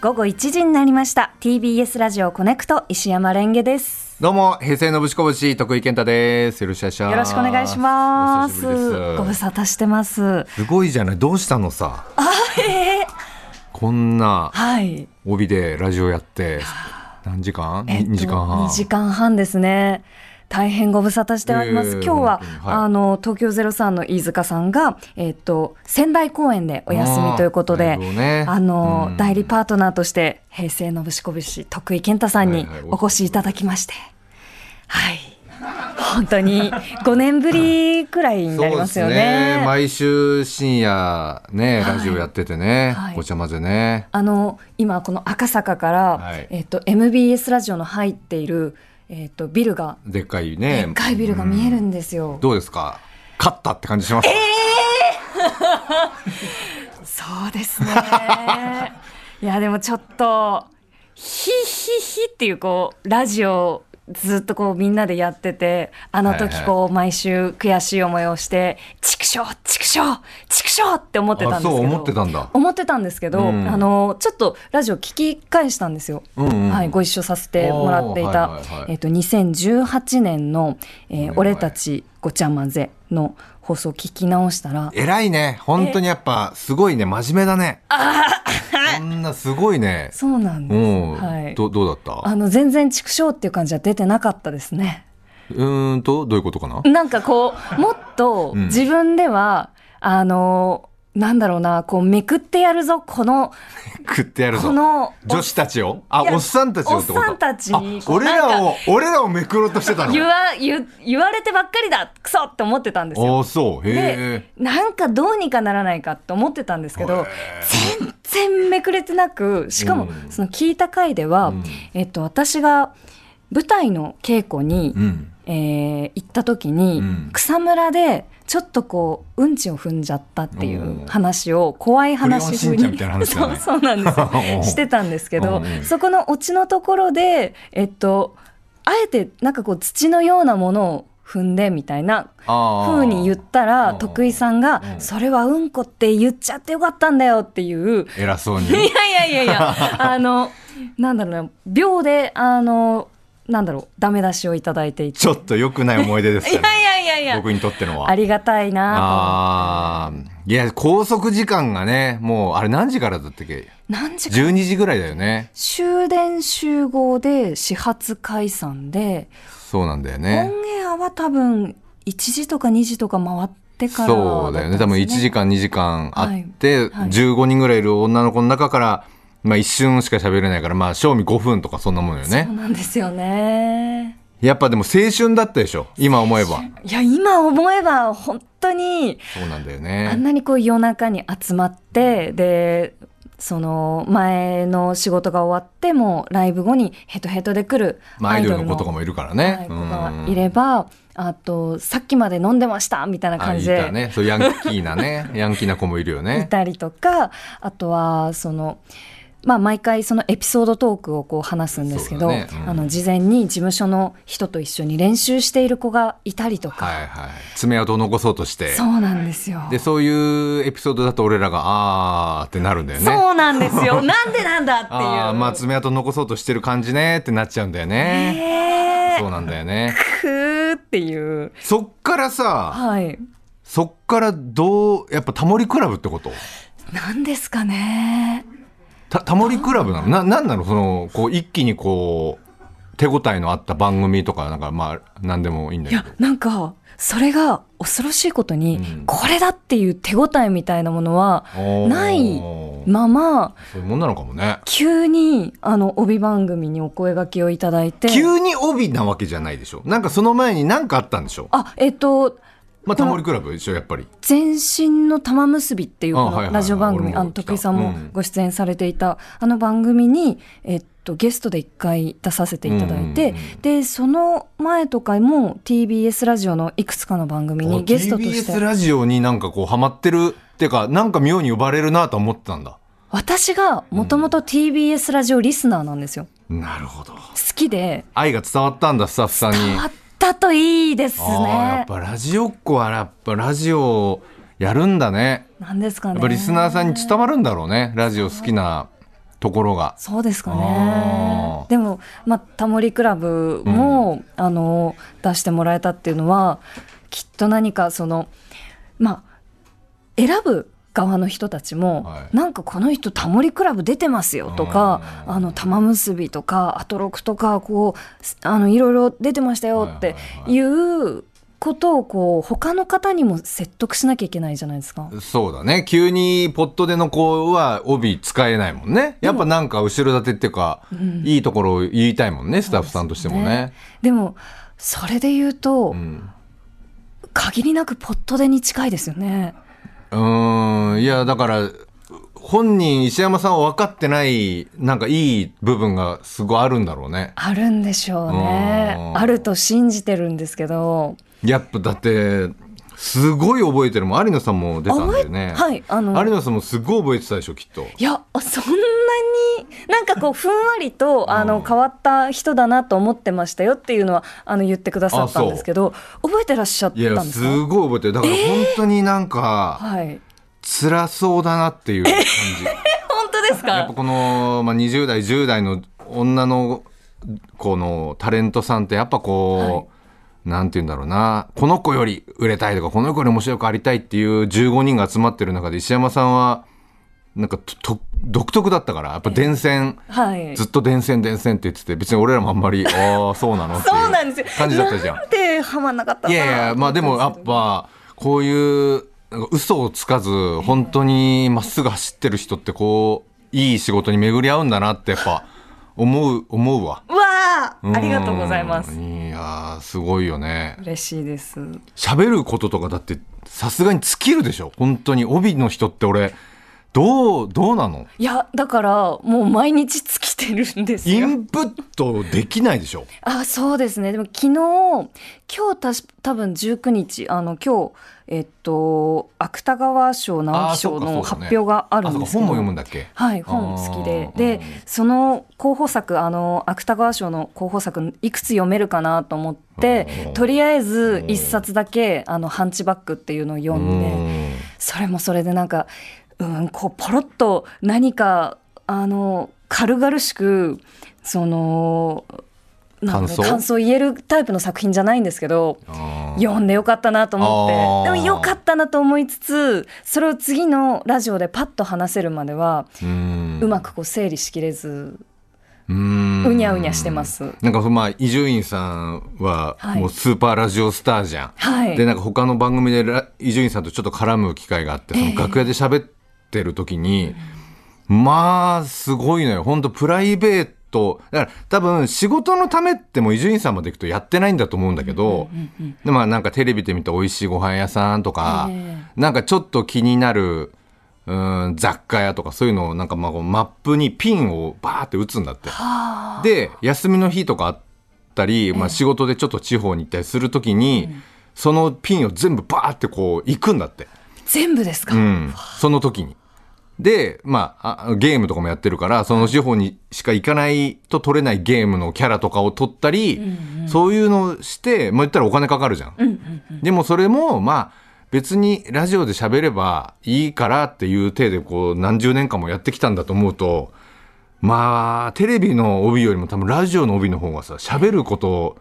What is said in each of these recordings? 午後1時になりました TBS ラジオコネクト石山レンゲですどうも、平成のぶしこぶし、徳井健太です。よろしくお願いします。よろしくお願いしますお久しぶりごで無す沙汰してますすごいじゃない、どうしたのさ。こんなはい帯でラジオやって、何時間、えっと ?2 時間半。 2時間半ですね。大変ご無沙汰しております。いえいえ今日は本、当にはいあの、東京03の飯塚さんが、えっと、仙台公演でお休みということあーラで、イブをねあの、うん代理パートナーとして、平成のぶしこぶし、徳井健太さんにはいはいお越しいただきまして、はい。本当に5年ぶりくらいになりますよそうですね。毎週深夜ね、ラジオやっててね、はいお茶混ぜね。あの今この赤坂から、はいえっと MBS ラジオの入っている、えっとビルがでっかいね。でっかいビルが見えるんですよ。どうですか勝ったって感じします。そうです ね。いやでもちょっとヒヒヒっていうこうラジオずっとこうみんなでやっててあの時こう、毎週悔しい思いをしてちくしょうちくしょうちくしょうって思ってたんあ、ですけそどう思ってたんだ。思ってたんですけど、うんあのちょっとラジオ聞き返したんですよ、うんうんはい、ご一緒させてもらっていた、おーはいはいはいえっと2018年の、えーはい俺たちごちゃ混ぜ」の放送を聞き直したら偉いね。本当にやっぱ、すごいね。真面目だね。そんなすごいね。 そうなんです、うん、はい、どどうだったあの全然畜生っていう感じは出てなかったですね。 うーんとどういうことかななんかこうもっとうん自分では、あのなんだろうなこうめくってやるぞこの食ってやるぞこの女子たちをあいやおっさんたちをってことおっさんたちにあこう俺らを俺らをめくろうとしてた言のわ言言われてばっかりだクソって思ってたんですよ。あそうへでなんかどうにかならないかと思ってたんですけど全然めくれてなくしかもうんその聞いた回では、うんえっと、私が舞台の稽古に、えうんえー行った時に、うん草むらでちょっとこううんちを踏んじゃったっていう話を怖い話風クレヨンしんちゃんみたいなにそ話だねう そうなんです よお うしてたんですけどうんうんそこのオチのところでえっとあえてなんかこう土のようなものを踏んでみたいなあー風に言ったうらんうん徳井さんが「うんそれはうんこって言っちゃってよかったんだよ」っていう 偉そうにいやいやいやい や、あの、なんだろうな、秒で、あの、なんだろう、ダメ出しをいただいていて。ちょっと良くない思い出ですいよやねいやいやいや、僕にとってのはありがたいなあーいや拘束時間がねもうあれ何時からだったっけと。何時間12時ぐらいだよね終電集合で始発解散で、そうなんだよオねンエアは多分1時とか2時とか回ってからったんです、そうだよね多分1時間2時間あって、いはい15人ぐらいいる女の子の中から、まあ、一瞬しか喋れないからまあ賞味5分とかそんなもんよそうねなんですよね。やっぱでも青春だったでしょ今思えばいや、今思えば本当に、そうなんだよあんねなにこう夜中に集まってでその前の仕事が終わってもライブ後にヘトヘトで来るまあアアイイドドルルのの子とかもいるからはいね、子うがんいればあとさっきまで飲んでましたみたいなあ感いじでたねそうヤンキーな ねヤンキーな子もいるよいねたりとかあとはその。まあ、毎回そのエピソードトークをこう話すんですけそど、うだねうんあの事前に事務所の人と一緒に練習している子がいたりとか、はいはい爪痕を残そうとしてそうなんですよ。でそういうエピソードだと俺らがあーってなるんだよねそうなんです よ。なんでなんだっていう。あーまあ爪痕残そうとしてる感じねってなっちゃうんだよね、えーそうなんだよねふーっていう。そっからさはい。そっからどうやっぱタモリクラブってことなんですかね。たタモリクラブなのななんなのそのこう一気にこう手応えのあった番組とかなんかまあ何でもいいんだいけどや、なんか、それが恐ろしいことに、うんこれだっていう手応えみたいなものは、おーないそまま、ういうもんなのかもね急に、あの、帯番組にお声掛けをいただいて。急に帯なわけじゃないでしょなんかその前に何かあったんでしょあ、えっと、まあタモリクラブでしょやっぱり全身の玉結びっていうこあはいはいはのいラジオ番組、俺もあの来た徳井さんうもんご出演されていた、あの番組に、えっと、ゲストで一回出させていただいて、うんうんうんで、その前とかも TBS ラジオのいくつかの番組にゲストとして。 TBS ラジオになんかこうハマってるっていうかなんか妙に呼ばれるなとは思ってたんだ私がもともと TBS ラジオリスナーなんですよ。なるほど好きで、愛が伝わったんだスタッフさんに変わったといいですあーやっね。ぱラジオっ子はやっぱラジオやるんだねなんですかね。やっぱリスナーさんに伝わるんだろうねラジオ好きなところが。そうですかあねー。でも、まあ、タモリクラブも、あの、出してもらえたっていうのは、きっと何かその、まあ、選ぶ側の人たちも、はいなんかこの人タモリクラブ出てますよとか、うんあの、玉結びとか、アトロクとか、こう、すあの、いろいろ出てましたよっていうことを、こう、他の方にも説得しなきゃいけないじゃないですか。そうだね。急にポットでの子は帯使えないもんね。やっぱなんか後ろ盾っていうか、いいところを言いたいもんね、スタッフさんとしてもね。でも、それで言うと、うん限りなくポットでに近いですよね。うーん、いや、だから、本人、石山さんは分かってない、なんかいい部分がすごいあるんだろうね。あるんでしょうね。うんあると信じてるんですけど。やっぱだって、すごい覚えてるもん。有野さんも出たんだよね。覚えはいあの有野さんもすごい覚えてたでしょ、きっと。いや、そんなに、なんかこう、ふんわりと、あの、変わった人だなと思ってましたよっていうのは、あの、言ってくださったんですけど、覚えてらっしゃったんいでや、すすかごい覚えてる。だから本当になんか、はい。辛そうだなっていう感じ。本当ですやっぱかこの、まあ、20代10代の女の子のタレントさんってやっぱこう、なんて言うんだろうなこの子より売れたいとかこの子より面白くありたいっていう15人が集まってる中で石山さんはなんかとと独特だったからやっぱ伝線、はい。ずっと伝線伝線って言ってて別に俺らもあんま りああそうなのっていそうなんですうよ。感じだった じゃんな。んでハマんなかったいのかなやいやまあでもやっぱこういうなんか嘘をつかず本当にまっすぐ走ってる人ってこういい仕事に巡り合うんだなってやっぱ思う思うわうわうんあありがとうございます。いやーすごいよね嬉しいです。喋ることとかだってさすがに尽きるでしょ本当に帯の人って俺どうどうなのいや、だから、もう毎日尽きてるんですイよ。ンプットできないでしょあそうですねでも昨日今日たし多分19日あの今日えっと芥川賞直木賞あーそうのかそ発うだね表があるあんそうでかすけど本も読むんだっけはい本好きであーでうんその候補作あの芥川賞の候補作いくつ読めるかなと思ってうんとりあえず一冊だけ「あのハンチバック」っていうのを読んでうんそれもそれでなんかうんこうポロッと何かあの軽々しくそのなんだろう感想感想言えるタイプの作品じゃないんですけどあー読んでよかったなと思ってあでーもよかったなと思いつつそれを次のラジオでパッと話せるまではうんうまくこう整理しきれずうーんうにゃうにゃしてます。なんかそのまあ伊集院さんははいもうスーパーラジオスターじゃん。はいでなんか他の番組でラ伊集院さんとちょっと絡む機会があってその楽屋で喋ってる時に、まあすごいのよ本当プライベートだから多分仕事のためっても伊集院さんまで行くとやってないんだと思うんだけど、でまあなんかテレビで見た美味しいご飯屋さんとか、えなんかちょっと気になるうん雑貨屋とかそういうのをなんかまあこうマップにピンをバーって打つんだって。はあで休みの日とかあったり、まあ、仕事でちょっと地方に行ったりするときに、そのピンを全部バーってこう行くんだって、全部ですか、うん、その時に。で、まああ、ゲームとかもやってるからその地方にしか行かないと取れないゲームのキャラとかを取ったり、そういうのをして、まあ、言ったらお金かかるじゃん。でもそれもまあ別にラジオで喋ればいいからっていう体でこう何十年間もやってきたんだと思うとまあテレビの帯よりも多分ラジオの帯の方がさ喋ること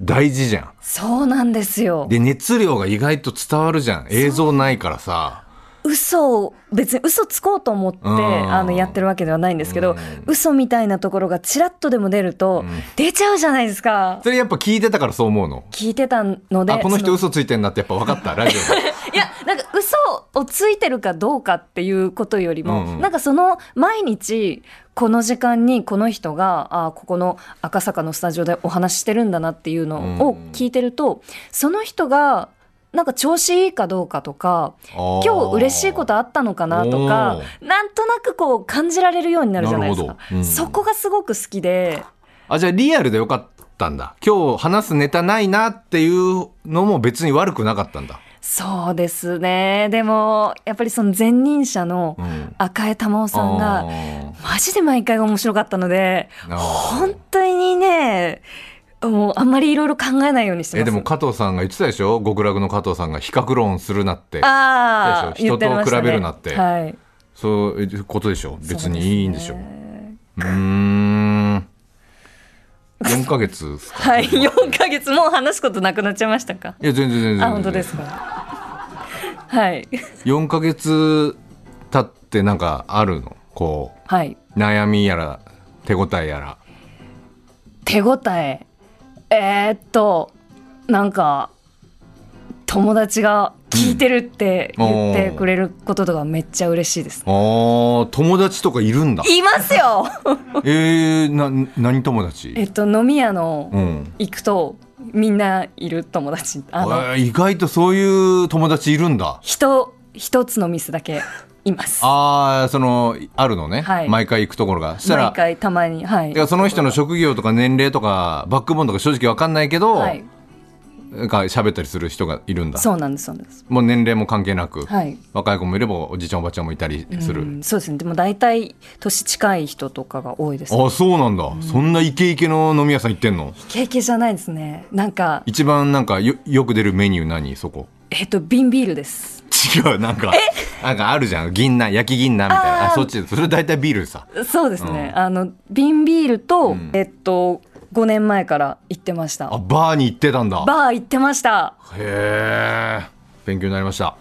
大事じゃそうなんですよん。で熱量が意外と伝わるじゃん映像ないからさ。嘘を別に嘘つこうと思ってんあのやってるわけではないんですけうどん嘘みたいなところがちらっとでも出ると出ちゃうじゃないですかそれやっぱ聞いてたからそう思うの。聞いてたのであこの人そ嘘ついてんなってやっぱ分かったラジ オで。いやなんか嘘をついてるかどうかっていうことよりも、うんうんなんかその毎日この時間にこの人があここの赤坂のスタジオでお話ししてるんだなっていうのを聞いてると、その人がなんか調子いいかどうかとか今今日嬉しいことあったのかなとかおなんとなくこう感じられるようになるじゃないですなかる、ほどうんそこがすごく好きであ、じゃあリアルでよかったんだ。今日話すネタないなっていうのも別に悪くなかったんだ。そうですねでもやっぱりその前任者のうん。赤江珠緒さんが、あーマジで毎回面白かったのであー本当にねもうあんまりいろいろ考えないようにしてますえ、でも加藤さんが言ってたでしょ極楽の加藤さんが比較論するなって。ああそうでしょ人と比べるなってはいそういうことでしょ別にいいんでしょうそうすねうーん4ヶ月ですかはい、4ヶ月もう話すことなくなっちゃいましたか。いや全然全然あ、本当ですか。はい。 4ヶ月経ってなんかあるのこはい。う悩みやら手応えやら手応え。えー、っと、なんか、友達が聞いてるって言ってくれることとかめっちゃ嬉しいです。あー友達とかいるんだいますよえー、な何友達えっと、飲み屋のうん行くと、みんないる友達。あの、えー意外とそういう友達いるんだ人、一つのミスだけいます。ああそのあるのね、はい毎回行くところがしたら毎回たまに。はい。だからその人の職業とか年齢とかバックボーンとか正直わかんないけど、はい。なんか喋ったりする人がいるんだそうなんです、そうなんです。もう年齢も関係なく、はい。若い子もいればおじいちゃんおばあちゃんもいたりする、うんそうですねでも大体年近い人とかが多いですあそうなんだ、そんなイケイケの飲み屋さん行ってんの経験じゃないですねなんか一番なんかよよく出るメニュー何そこえっと瓶ビールです違うなんかなんかあるじゃん銀杏焼き銀杏みたいなああーそっちそれ大体ビールさそうですね、あの瓶ビールと、んえっと5年前から行ってましたあバーに行ってたんだバー行ってましたへえ勉強になりました